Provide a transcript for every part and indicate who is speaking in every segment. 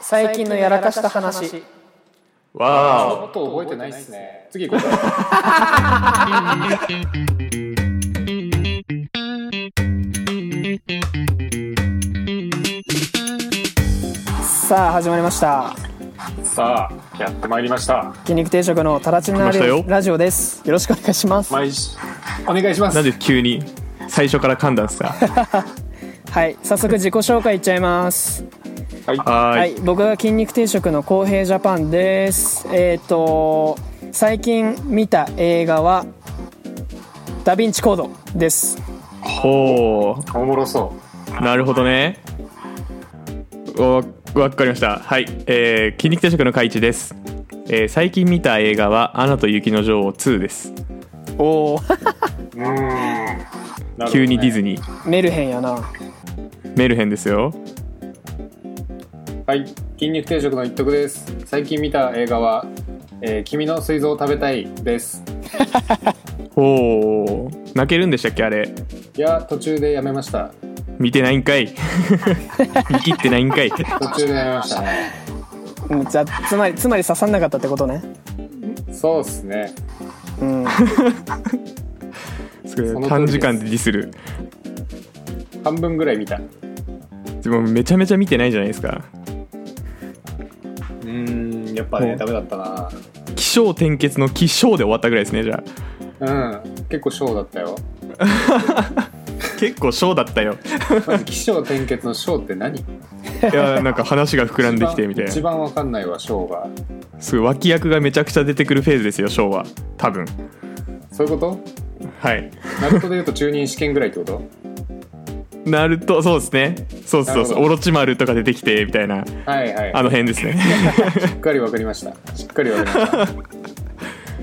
Speaker 1: 最近のやらかした話
Speaker 2: わ
Speaker 3: もっと覚えてないっすね。次行こう。
Speaker 1: さあ始まりました
Speaker 3: さあ、やってまいりました。
Speaker 1: 筋肉定食のタラチン
Speaker 2: 来
Speaker 1: ナ
Speaker 2: ましたよ
Speaker 1: ラジオですよろしくお願いします
Speaker 3: 毎日、お願いしま
Speaker 2: ーなん
Speaker 3: す。
Speaker 2: で急に最初から噛んだんですか
Speaker 1: はい早速自己紹介いっちゃいます
Speaker 2: は
Speaker 1: は
Speaker 2: ー
Speaker 1: い
Speaker 2: い
Speaker 1: 僕が筋肉定食の公平ジャパンですえっ、と最近見た映画はダヴィンチコードです
Speaker 2: ほう
Speaker 3: おもろそ
Speaker 2: なるほどねわわかりましたはいえー、筋肉定食の海一です、えー最近見た映画は「アナと雪の女王2」です
Speaker 1: おお
Speaker 3: う。うーん。なるほどね
Speaker 2: 急にディズニー
Speaker 1: メルヘンやな
Speaker 2: メルヘンですよ
Speaker 3: はい、筋肉定食の一徳です。最近見た映画は、えー君の膵臓を食べたいです。
Speaker 2: ほう泣けるんでしたっけあれ
Speaker 3: いや、途中でやめました。
Speaker 2: 見てないんか い見切ってないんかい
Speaker 3: 途中でやめましたね。
Speaker 1: うんじゃつまりつまり刺さんなかったってことね
Speaker 3: そうっすね。
Speaker 1: うん
Speaker 2: すごい
Speaker 3: その通りです
Speaker 2: 短時間でディスる
Speaker 3: 半分ぐらい見た。う
Speaker 2: でもめちゃめちゃ見てないじゃないですか
Speaker 3: ーん、やっぱ
Speaker 2: う
Speaker 3: ね、
Speaker 2: ん
Speaker 3: ダメだったな。
Speaker 2: 起承転結の起承で終わったぐらいですねじゃあ
Speaker 3: うん、結構ショーだったよ。
Speaker 2: 結構小だったよ
Speaker 3: まず、起承転結のショーって何
Speaker 2: いやなんか話が膨らんできてみたい
Speaker 3: 一
Speaker 2: な
Speaker 3: 番わかんないわ、ショーが。
Speaker 2: すごい脇役がめちゃくちゃ出てくるフェーズですよ小は多分
Speaker 3: そういうこと
Speaker 2: はい
Speaker 3: ナルトで言うと中任試験ぐらいってこと
Speaker 2: ナルトそうですねそうそう
Speaker 3: なる
Speaker 2: そ
Speaker 3: ほ
Speaker 2: うオ
Speaker 3: ど
Speaker 2: ロチマルとか出てきてみたいな
Speaker 3: はいはい
Speaker 2: あの辺ですね
Speaker 3: しっかりわかりましたしっかりわかりました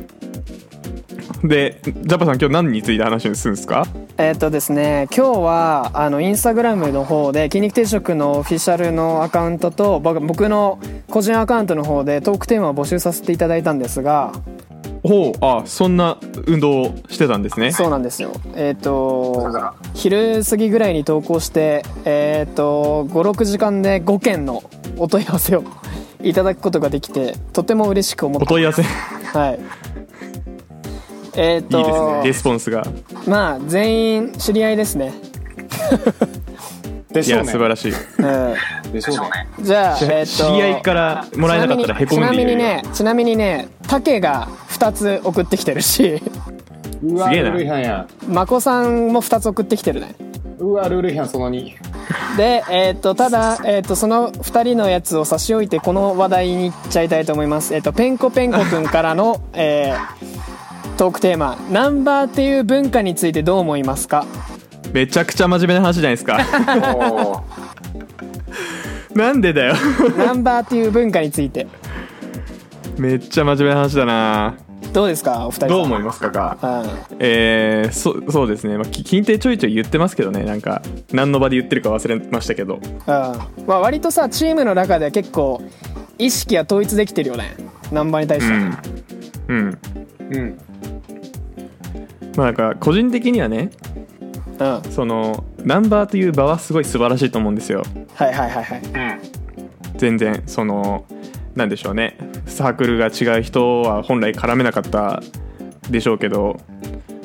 Speaker 2: でジャパさん今日何について話するんですか
Speaker 1: えっとですね、今日はあのインスタグラムの方で筋肉定食のオフィシャルのアカウントと僕僕の個人アカウントの方でトークテーマを募集させていただいたんですが
Speaker 2: ほうあそんな運動をしてたんですね
Speaker 1: そうなんですよえっ、
Speaker 3: そうだ
Speaker 1: と
Speaker 3: な
Speaker 1: 昼過ぎぐらいに投稿してえっ、と56時間で5件のお問い合わせをいただくことができてとても嬉しく思っ
Speaker 2: お問い合わせいい
Speaker 1: てはいえっ、と
Speaker 2: ですねレスポンスが
Speaker 1: まあ全員知り合いですね
Speaker 3: で
Speaker 2: い
Speaker 3: しょう
Speaker 2: や
Speaker 3: ね
Speaker 2: 素晴らしい
Speaker 1: うん
Speaker 3: でしょうね
Speaker 1: じゃあ、
Speaker 2: 知
Speaker 1: えっ
Speaker 2: 知
Speaker 1: と
Speaker 2: り合いからもらえなかったらへこむんで
Speaker 1: ちなみ
Speaker 2: いい
Speaker 1: に
Speaker 2: よ
Speaker 1: ねちなみにね竹が2つ送ってきてるし
Speaker 3: うわ
Speaker 2: すげえな
Speaker 3: ルール違反や
Speaker 1: まこさんも2つ送ってきてるね
Speaker 3: うわルール違反その2
Speaker 1: でえっとただ、えっとその2人のやつを差し置いてこの話題にいっちゃいたいと思いますえっとペンコペンコくんからの、 えートークテーマ「ナンバーっていう文化についてどう思いますか?
Speaker 2: めちゃくちゃ真面目な話じゃないです か
Speaker 3: おー
Speaker 2: なんでだよ」
Speaker 1: ナンバーっていう文化について
Speaker 2: めっちゃ真面目な話だな
Speaker 1: どうですかお二人さん
Speaker 2: どう思いますかか
Speaker 1: うん
Speaker 2: えー、そそうですね、まあ、き近定ちょいちょい言ってますけどねなんか何の場で言ってるか忘れましたけど
Speaker 1: うんまあ、割とさチームの中では結構意識は統一できてるよねナンバーに対して、
Speaker 2: うんうん
Speaker 3: うん
Speaker 2: まあなんか個人的にはね
Speaker 1: うん、はい
Speaker 2: そのナンバーという場はすごい素晴らしいと思うんですよ
Speaker 1: はいはいはい
Speaker 2: 全然そのなんでしょうねサークルが違う人は本来絡めなかったでしょうけど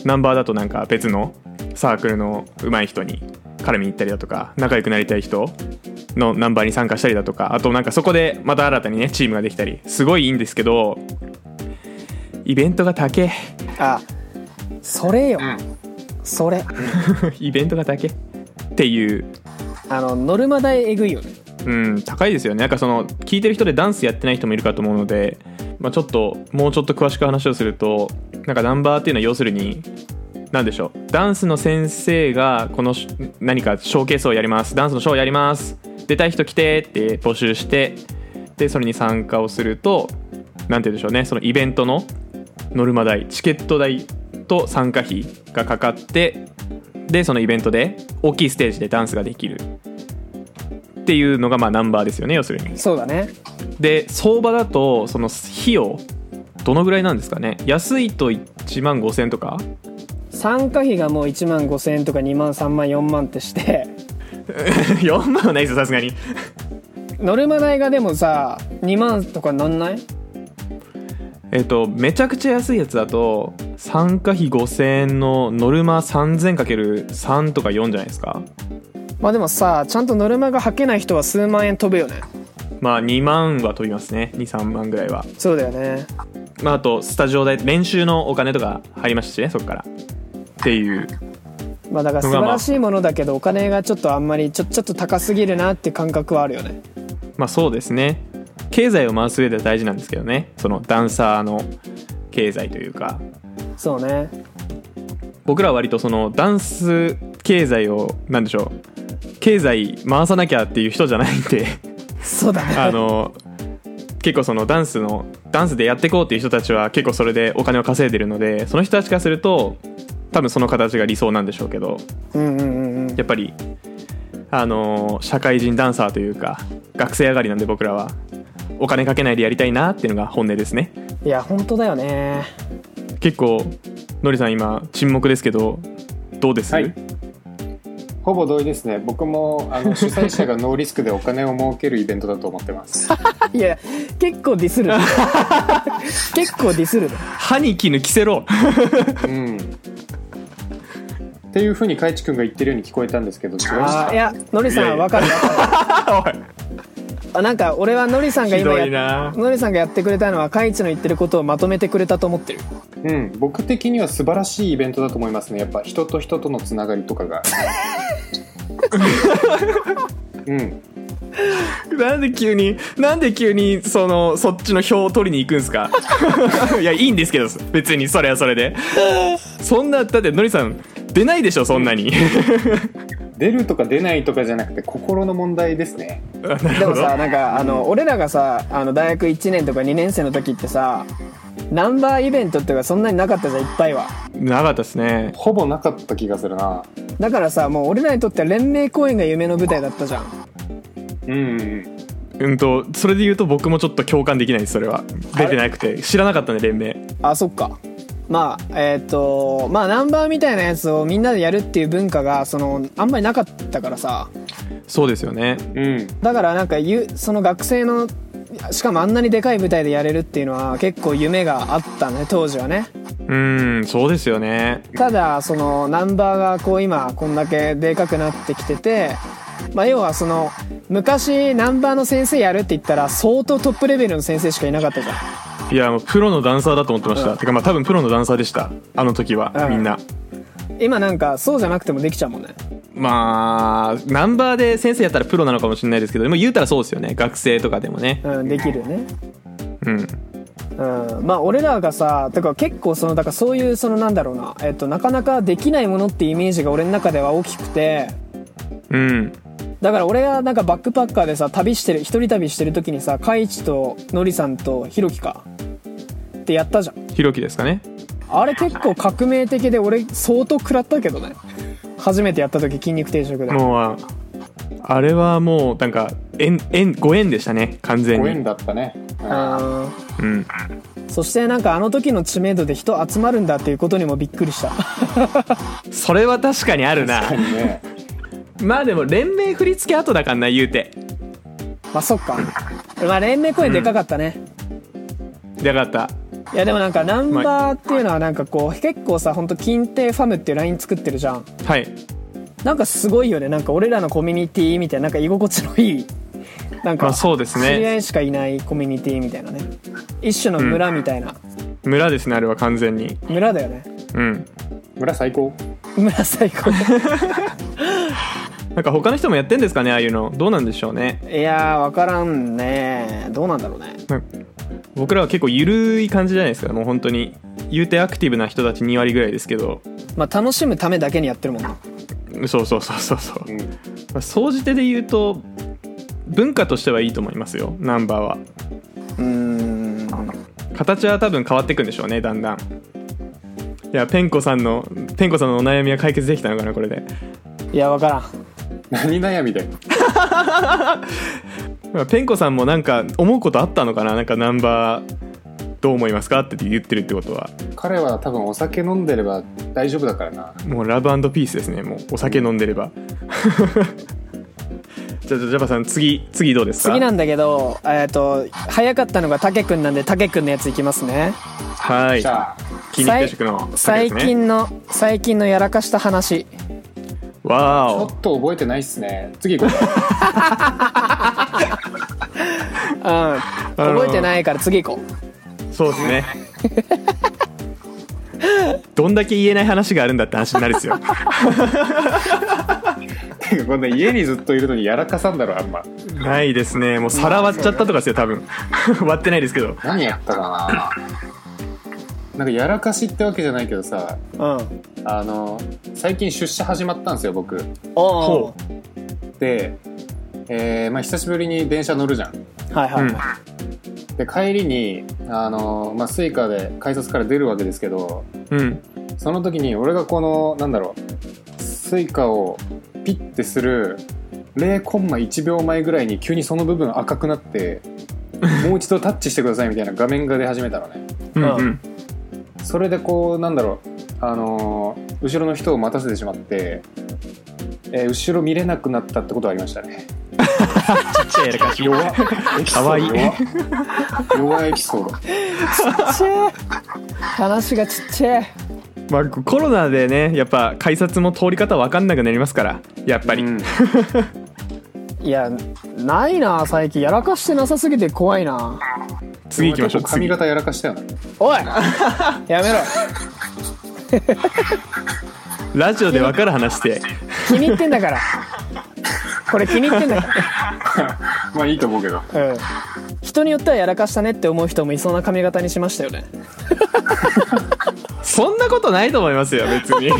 Speaker 2: ナンバーだとなんか別のサークルの上手い人に絡みに行ったりだとか仲良くなりたい人のナンバーに参加したりだとかあとなんかそこでまた新たにねチームができたりすごいいいんですけどイベントが高え
Speaker 1: あそれよ、
Speaker 3: ん
Speaker 1: それ
Speaker 2: イベントが高えっていう
Speaker 1: あのノルマ代えぐいよね
Speaker 2: うん、高いですよね。なんかその、聞いてる人でダンスやってない人もいるかと思うので、まあ、ちょっと、もうちょっと詳しく話をすると、なんかナンバーっていうのは要するに、なんでしょう。ダンスの先生が、このし、何かショーケースをやります。ダンスのショーをやります。出たい人来てって募集して、で、それに参加をすると、なんて言うんでしょうね、そのイベントのノルマ代、チケット代と参加費がかかって、で、そのイベントで、大きいステージでダンスができる。っていうのがまあナンバーですよね要するに
Speaker 1: そうだね
Speaker 2: で相場だとその費用どのぐらいなんですかね安いと1万5000とか
Speaker 1: 参加費がもう1万5000円とか2万3万4万ってして
Speaker 2: 4万はないですよさすがに
Speaker 1: ノルマ代がでもさ2万とかなんない
Speaker 2: えっとめちゃくちゃ安いやつだと参加費5000円のノルマ 3000×3 とか4じゃないですか
Speaker 1: まあでもさちゃんとノルマが吐けない人は数万円飛ぶよね
Speaker 2: まあ2万は飛びますね23万ぐらいは
Speaker 1: そうだよね
Speaker 2: まああとスタジオ代練習のお金とか入りましたしねそこからっていう
Speaker 1: まあだから素晴らしいものだけどお金がちょっとあんまりちょちょっと高すぎるなって感覚はあるよね
Speaker 2: まあそうですね経済を回す上では大事なんですけどねそのダンサーの経済というか
Speaker 1: そうね
Speaker 2: 僕らは割とそのダンス経済をなんでしょう経済回さなきゃっていう人じゃないんで
Speaker 1: そうだね
Speaker 2: あの結構そのダンスのダンスでやっていこうっていう人たちは結構それでお金を稼いでるのでその人たちからすると多分その形が理想なんでしょうけど
Speaker 1: うんうんうんうん
Speaker 2: やっぱりあの社会人ダンサーというか学生上がりなんで僕らはお金かけないでやりたいなっていうのが本音ですね
Speaker 1: いや本当だよね
Speaker 2: 結構のりさん今沈黙ですけどどうです、
Speaker 3: はいほぼ同意ですね僕もあの主催者がノーリスクでお金を儲けるイベントだと思ってます
Speaker 1: いや結構ディスる ね結構ディスるね
Speaker 2: 歯に衣着せろ
Speaker 3: うんっていうふうにかいちくんが言ってるように聞こえたんですけど違いまし
Speaker 1: あ
Speaker 3: た
Speaker 1: ーいやのり
Speaker 2: いやい
Speaker 1: さ
Speaker 2: や
Speaker 1: んわかるわかる
Speaker 2: おい
Speaker 1: あなんか俺はのりさんが
Speaker 2: ひ
Speaker 1: 今
Speaker 2: ど
Speaker 1: や
Speaker 2: いな
Speaker 1: のりさんがやってくれたのはカイチの言ってることをまとめてくれたと思ってる
Speaker 3: うん僕的には素晴らしいイベントだと思いますねやっぱ人と人とのつながりとか がうん
Speaker 2: なんで急になんで急にそのそっちの票を取りに行くんすか いやいいんですけど別にそれはそれでそんなだってのりさん出ないでしょそんなに
Speaker 3: 出るとか出ないとかじゃなくて心の問題ですね
Speaker 2: あなる
Speaker 1: で
Speaker 2: ほ
Speaker 1: も
Speaker 2: ど
Speaker 1: さなんかあの俺らがさあの大学1年とか2年生の時ってさナンバーイベントっていうかそんなになかったじゃんいっぱいは
Speaker 2: なかったですね
Speaker 3: ほぼなかった気がするな
Speaker 1: だからさもう俺らにとっては連盟公演が夢の舞台だったじゃん
Speaker 3: うんうん
Speaker 2: うんとそれで言うと僕もちょっと共感できないですそれは出てなくて知らなかったね連盟
Speaker 1: あそっかまあえっ、とまあナンバーみたいなやつをみんなでやるっていう文化がそのあんまりなかったからさ
Speaker 2: そうですよね
Speaker 3: うん
Speaker 1: だからなんかゆその学生のしかもあんなにでかい舞台でやれるっていうのは結構夢があったね当時はね
Speaker 2: うんそうですよね
Speaker 1: ただそのナンバーがこう今こんだけでかくなってきてて、まあ、要はその昔ナンバーの先生やるって言ったら相当トップレベルの先生しかいなかったじゃ
Speaker 2: いやもうプロのダンサーだと思ってました、
Speaker 1: うん
Speaker 2: てかまあ多分プロのダンサーでしたあの時は、
Speaker 1: うん
Speaker 2: みんなん
Speaker 1: 今なんかそうじゃなくてもできちゃうもんね
Speaker 2: まあナンバーで先生やったらプロなのかもしれないですけどでも言うたらそうですよね学生とかでもね
Speaker 1: うんできるよね
Speaker 2: うん
Speaker 1: うん、まあ俺らがさだから結構そのだからそういうそのなんだろうな、えっと、なかなかできないものってイメージが俺の中では大きくて
Speaker 2: うん
Speaker 1: だから俺がなんかバックパッカーでさ旅してる一人旅してる時にさカイチとノリさんとヒロキかってやったじゃん
Speaker 2: ひろきですかね
Speaker 1: あれ結構革命的で俺相当食らったけどね初めてやった時筋肉定食で
Speaker 2: もうああれはもうなんか縁縁ご縁でしたね完全
Speaker 3: ご
Speaker 2: に
Speaker 3: 縁だったね、うん
Speaker 1: あ
Speaker 2: うん
Speaker 1: ーそしてなんかあの時の知名度で人集まるんだっていうことにもびっくりした
Speaker 2: それは確かにあるな
Speaker 3: ね、
Speaker 2: まあでも連盟振り付け後だからな言うて
Speaker 1: まあそっかまあ連盟公演でかかったね、
Speaker 2: よかった
Speaker 1: いやでもなんかナンバーっていうのはなんかこう結構さほんと金亭ファムっていうライン作ってるじゃん
Speaker 2: はい
Speaker 1: なんかすごいよねなんか俺らのコミュニティみたいななんか居心地のいいなん
Speaker 2: ま
Speaker 1: か
Speaker 2: あそうですね
Speaker 1: 知り合いしかいないコミュニティみたいなね一種の村みたいな、
Speaker 2: 村ですねあれは完全に
Speaker 1: 村だよね
Speaker 2: うん
Speaker 3: 村最高
Speaker 1: 村最 高
Speaker 2: なんか他の人もやってんですかねああいうのどうなんでしょうね
Speaker 1: いやーわからんねどうなんだろうね
Speaker 2: なんか僕らは結構ゆるい感じじゃないですかもう本当に言うてアクティブな人たち2割ぐらいですけど
Speaker 1: まあ楽しむためだけにやってるもんな
Speaker 2: そうそうそうそうそう
Speaker 3: うん
Speaker 2: まあ総じてで言うと文化としてはいいと思いますよナンバーは
Speaker 1: うーん
Speaker 2: 形は多分変わっていくんでしょうねだんだんいやペンコさんのペンコさんのお悩みは解決できたのかなこれで
Speaker 1: いやわからん
Speaker 3: 何悩みだよ
Speaker 2: まあペンコさんもなんか思うことあったのかななんかナンバーどう思いますかって言ってるってことは
Speaker 3: 彼は多分お酒飲んでれば大丈夫だからな
Speaker 2: もうラブピースですねもうお酒飲んでれば じゃあじゃあジャパさん次次どうですか
Speaker 1: 次なんだけど、えっと、早かったのがタケくんなんで、タケくんのやついきますね。
Speaker 2: はい
Speaker 3: じゃあ
Speaker 2: 気に入った食の
Speaker 1: 最
Speaker 2: 竹ですね
Speaker 1: 近の、最近のやらかした話。
Speaker 2: わ
Speaker 3: ちょ
Speaker 2: ー
Speaker 3: っと覚えてないっすね次行こう
Speaker 1: うん。覚えてないから次行こう。
Speaker 2: おそうです ねどんだけ言えない話があるんだって話になるん ですよ
Speaker 3: て かこんな家にずっといるのにやらかさんだろあんま
Speaker 2: ないですねもう皿割っちゃったとかですよ多分 割ってないですけど
Speaker 3: 何やったかななんかやらかしってわけじゃないけどさ
Speaker 1: うん。
Speaker 3: あの最近出社始まったんですよ僕
Speaker 1: お
Speaker 2: ほ
Speaker 1: お。
Speaker 3: で、えーまあ、久しぶりに電車乗るじゃん
Speaker 1: はいは
Speaker 2: う
Speaker 1: い。
Speaker 2: うん
Speaker 3: で帰りにあの、まあ、スイカで改札から出るわけですけど
Speaker 2: うん
Speaker 3: その時に俺がこのなんだろうスイカをピッてする0コンマ1秒前ぐらいに急にその部分赤く なってもう一度タッチしてくださいみたいな画面が出始めたのね
Speaker 2: うん
Speaker 1: う
Speaker 2: うん
Speaker 3: それでこうなんだろうあのー後ろの人を待たせてしまって、えー後ろ見れなくなったってことはありましたね
Speaker 2: ちっちゃいやらかし
Speaker 3: 弱っエピソード
Speaker 2: かわいい
Speaker 3: 弱っ弱いエピソード
Speaker 1: ちっちゃい。話がちっちゃい。
Speaker 2: まあコロナでねやっぱ改札も通り方わかんなくなりますからやっぱり、
Speaker 3: うん
Speaker 1: いや、ないな、最近。やらかしてなさすぎて怖いな。
Speaker 2: 次行きましょう
Speaker 3: 髪
Speaker 2: 次
Speaker 3: 型やらかしたよね
Speaker 1: おいやめろ。
Speaker 2: ラジオでわかる話して
Speaker 1: 気に入ってんだから。これ気に入ってんだか
Speaker 3: まあいいと思うけど
Speaker 1: ら。 うん。人によってはやらかしたねって思う人もいそうな髪型にしましたよね。
Speaker 2: そんなことないと思いますよ別 に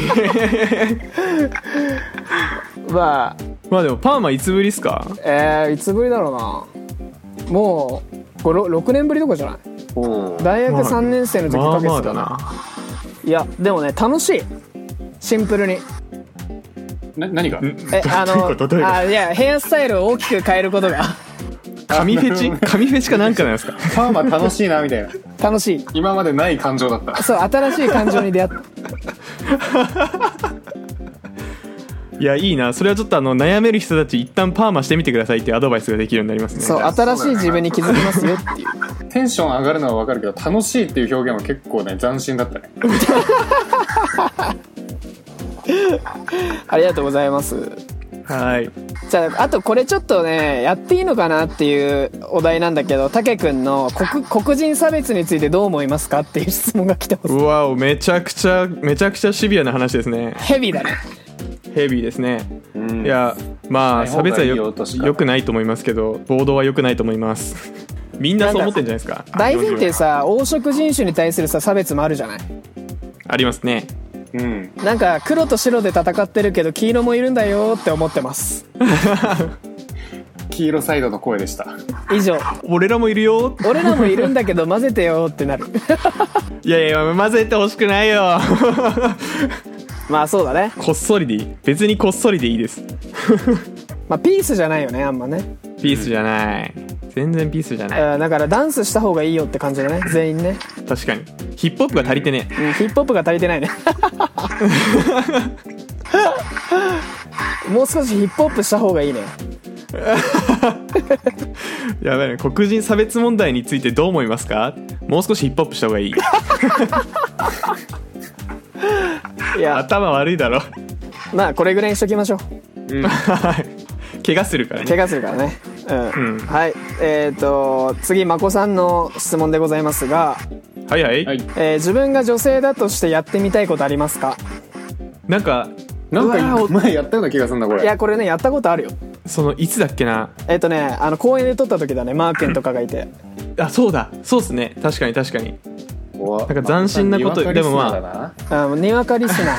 Speaker 1: まあ、
Speaker 2: まあでもパーマいつぶりっすか
Speaker 1: えー、いつぶりだろうなもう5 6年ぶりとかじゃない
Speaker 3: おお
Speaker 1: 大学
Speaker 2: まあ
Speaker 1: 3年生の時
Speaker 2: ま
Speaker 1: か
Speaker 2: あ
Speaker 1: けて
Speaker 2: まあ
Speaker 1: た
Speaker 2: だ
Speaker 1: かな、
Speaker 2: ない
Speaker 1: やでもね楽しいシンプルに
Speaker 3: な何が
Speaker 1: えあ
Speaker 2: どういう
Speaker 1: の
Speaker 2: ことどういうこと
Speaker 1: あいやヘアスタイルを大きく変えることが
Speaker 2: 髪フェチ
Speaker 3: あなるほど
Speaker 2: 髪フェチかなんかなんですか
Speaker 3: パーマ楽しいなみたいな
Speaker 1: 楽しい
Speaker 3: 今までない感情だった
Speaker 1: そう新しい感情に出会った
Speaker 2: いやいいなそれはちょっとあの悩める人たち一旦パーマしてみてくださいっていうアドバイスができるようになりますね
Speaker 1: そう新しい自分に気づきますよ っていう
Speaker 3: テンション上がるのはわかるけど楽しいっていう表現は結構ね斬新だったね
Speaker 1: ありがとうございます
Speaker 2: はい
Speaker 1: じゃああとこれちょっとねやっていいのかなっていうお題なんだけどたけくんの黒黒人差別についてどう思いますかっていう質問が来てます
Speaker 2: うわおめちゃくちゃめちゃくちゃシビアな話ですね
Speaker 1: ヘビーだね
Speaker 2: ヘビーですね、
Speaker 3: うん
Speaker 2: いやまあ
Speaker 3: ない
Speaker 2: 差
Speaker 3: 方が
Speaker 2: 別はい
Speaker 3: いよ
Speaker 2: よ
Speaker 3: としか
Speaker 2: よくないと思いますけど暴動はよくないと思います みんなそう思ってんじゃないですか
Speaker 1: 大前提さ黄色人種に対するさ差別もあるじゃない
Speaker 2: ありますね
Speaker 3: うん
Speaker 1: なんか黒と白で戦ってるけど黄色もいるんだよって思ってます
Speaker 3: 黄色サイドの声でした
Speaker 1: 以上
Speaker 2: 俺らもいるよ
Speaker 1: 俺らもいるんだけど混ぜてよってなる
Speaker 2: いやいや混ぜてほしくないよ
Speaker 1: まあそうだね、
Speaker 2: こっそりでいい別にこっそりでいいです
Speaker 1: まあ、ピースじゃないよねあんまね、
Speaker 2: ピースじゃない全然ピースじゃ
Speaker 1: え
Speaker 2: ない
Speaker 1: ーだからダンスした方がいいよって感じだね全員ね、
Speaker 2: 確かにヒップホップが足りてねえ
Speaker 1: うんヒップホップが足りて ないねもう少しヒップホップした方がいいね
Speaker 2: やばいね黒人差別問題についてどう思いますかもう少しヒップホップした方がいい
Speaker 1: いや
Speaker 2: 頭悪いだろ
Speaker 1: まあこれぐらいにしときましょう
Speaker 2: はい怪我するからね
Speaker 1: 怪我するからねうん、
Speaker 2: うん
Speaker 1: はいえっ、と次まこさんの質問でございますが、
Speaker 2: はいはい、
Speaker 3: はい
Speaker 1: えー自分が女性だとしてやってみたいことありますか
Speaker 2: なんか
Speaker 3: なん
Speaker 1: うわ
Speaker 3: か
Speaker 1: ー
Speaker 3: 前やったような気がするんだこ
Speaker 1: い
Speaker 3: れ
Speaker 1: やこれねやったことあるよ
Speaker 2: そのいつだっけな
Speaker 1: えっ、とねあの公園で撮った時だねマーケンとかがいて
Speaker 2: あそうだそうっすね確かに確かに
Speaker 3: なん
Speaker 2: なんか斬新なことでもまあ
Speaker 1: あのにわかリスナ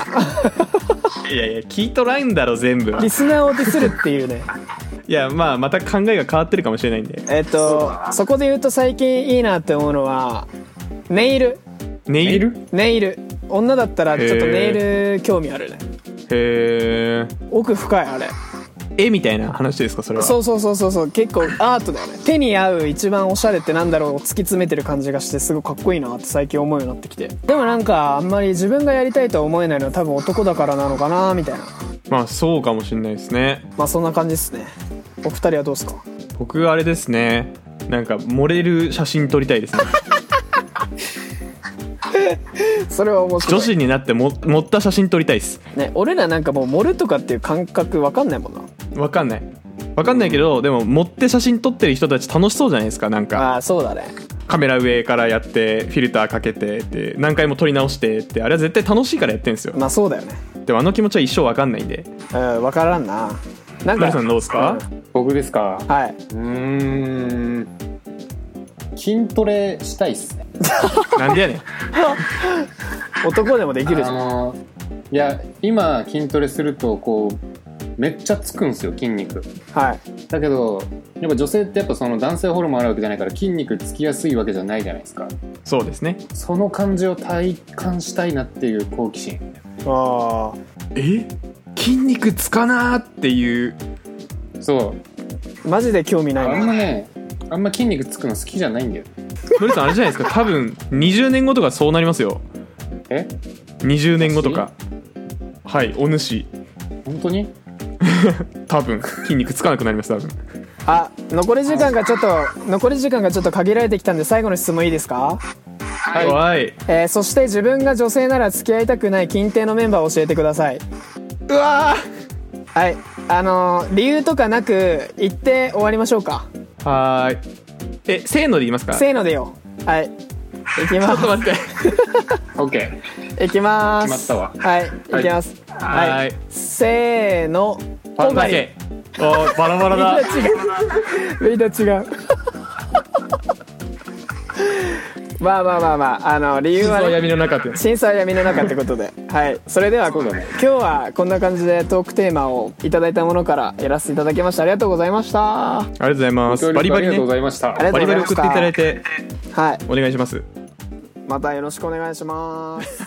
Speaker 1: ー
Speaker 2: いやいや聞いとらんだろ全部
Speaker 1: リスナーをディスるっていうね
Speaker 2: いやまあまた考えが変わってるかもしれないんで
Speaker 1: えっ、とそこで言うと最近いいなって思うのはネイル
Speaker 2: ネイル
Speaker 1: ネイル女だったらちょっとネイル興味あるね
Speaker 2: へ
Speaker 1: 奥深いあれ
Speaker 2: え絵みたいな話ですかそれは
Speaker 1: そうそうそうそうそう結構アートだよね手に合う一番おしゃれってなんだろうを突き詰めてる感じがしてすごいかっこいいなって最近思うようになってきてでもなんかあんまり自分がやりたいとは思えないのは多分男だからなのかなみたいな
Speaker 2: まあそうかもしれないですね
Speaker 1: まあそんな感じですねお二人はどうですか
Speaker 2: 僕はあれですねなんか漏れる写真撮りたいです ね
Speaker 1: それは面白
Speaker 2: 女
Speaker 1: い
Speaker 2: 子になっても持った写真撮りたいです
Speaker 1: ね俺らなんかもう盛るとかっていう感覚わかんないもんな
Speaker 2: わかんないわかんないけど、でも持って写真撮ってる人たち楽しそうじゃないですかなんか
Speaker 1: ああーそうだね
Speaker 2: カメラ上からやってフィルターかけてって何回も撮り直してってあれは絶対楽しいからやってるんですよ
Speaker 1: まあそうだよね
Speaker 2: でもあの気持ちは一生わかんないんで
Speaker 1: うんわからんななん
Speaker 2: 成
Speaker 1: か
Speaker 2: さんどうですか
Speaker 3: 僕ですか
Speaker 1: はいう
Speaker 3: ーん筋トレしたいっすね
Speaker 2: なんでやねん
Speaker 1: 男でもできるじゃ
Speaker 3: あ
Speaker 1: ん
Speaker 3: のいや今筋トレするとこうめっちゃつくんですよ筋肉
Speaker 1: はい
Speaker 3: だけどやっぱ女性ってやっぱその男性ホルモンあるわけじゃないから筋肉つきやすいわけじゃないじゃないですか
Speaker 2: そうですね
Speaker 3: その感じを体感したいなっていう好奇心
Speaker 1: あ
Speaker 2: え筋肉つかなーっていう
Speaker 3: そう
Speaker 1: あマジで興味ない
Speaker 3: あんま
Speaker 1: な
Speaker 3: ねあんま筋肉つくの好きじゃないんだよ
Speaker 2: のりさんあれじゃないですか多分20年後とかそうなりますよ
Speaker 3: え
Speaker 2: 20年後とかはいお主
Speaker 3: 本当に
Speaker 2: 多分筋肉つかなくなります多分
Speaker 1: あ残り時間がちょっと残り時間がちょっと限られてきたんで最後の質問いいですか、
Speaker 2: はい、
Speaker 1: えーそして自分が女性なら付き合いたくない禁定のメンバーを教えてくださいう
Speaker 2: わ
Speaker 1: はいあのー理由とかなく言って終わりましょうか
Speaker 2: ーはーいえせーので言いますかちょ
Speaker 1: せーのでよはいいきま
Speaker 2: っと待って
Speaker 3: オッケー
Speaker 1: すいきます
Speaker 3: 決まった
Speaker 1: わはいいきます
Speaker 2: はいはい
Speaker 1: せーの
Speaker 2: パ
Speaker 1: 今回
Speaker 2: おーバラバラ
Speaker 1: みんな違うみ
Speaker 2: だ
Speaker 1: んな違う まあまあまあまああの理由
Speaker 2: 実
Speaker 1: は
Speaker 2: は
Speaker 1: ね
Speaker 2: 闇の中って
Speaker 1: 審査は闇の中ってことではいそれでは、
Speaker 3: そうだね
Speaker 1: 今日はこんな感じでトークテーマをいただいたものからやらせていただきましたありがとうございましたは
Speaker 2: ありがとうございますバリバリ
Speaker 3: ありが
Speaker 2: ね
Speaker 3: とうございました
Speaker 1: ありが
Speaker 2: バ
Speaker 1: とうござい
Speaker 2: リバリ
Speaker 1: まし
Speaker 2: 送ったていただいて
Speaker 1: い
Speaker 2: お願いします
Speaker 1: またよろしくお願いします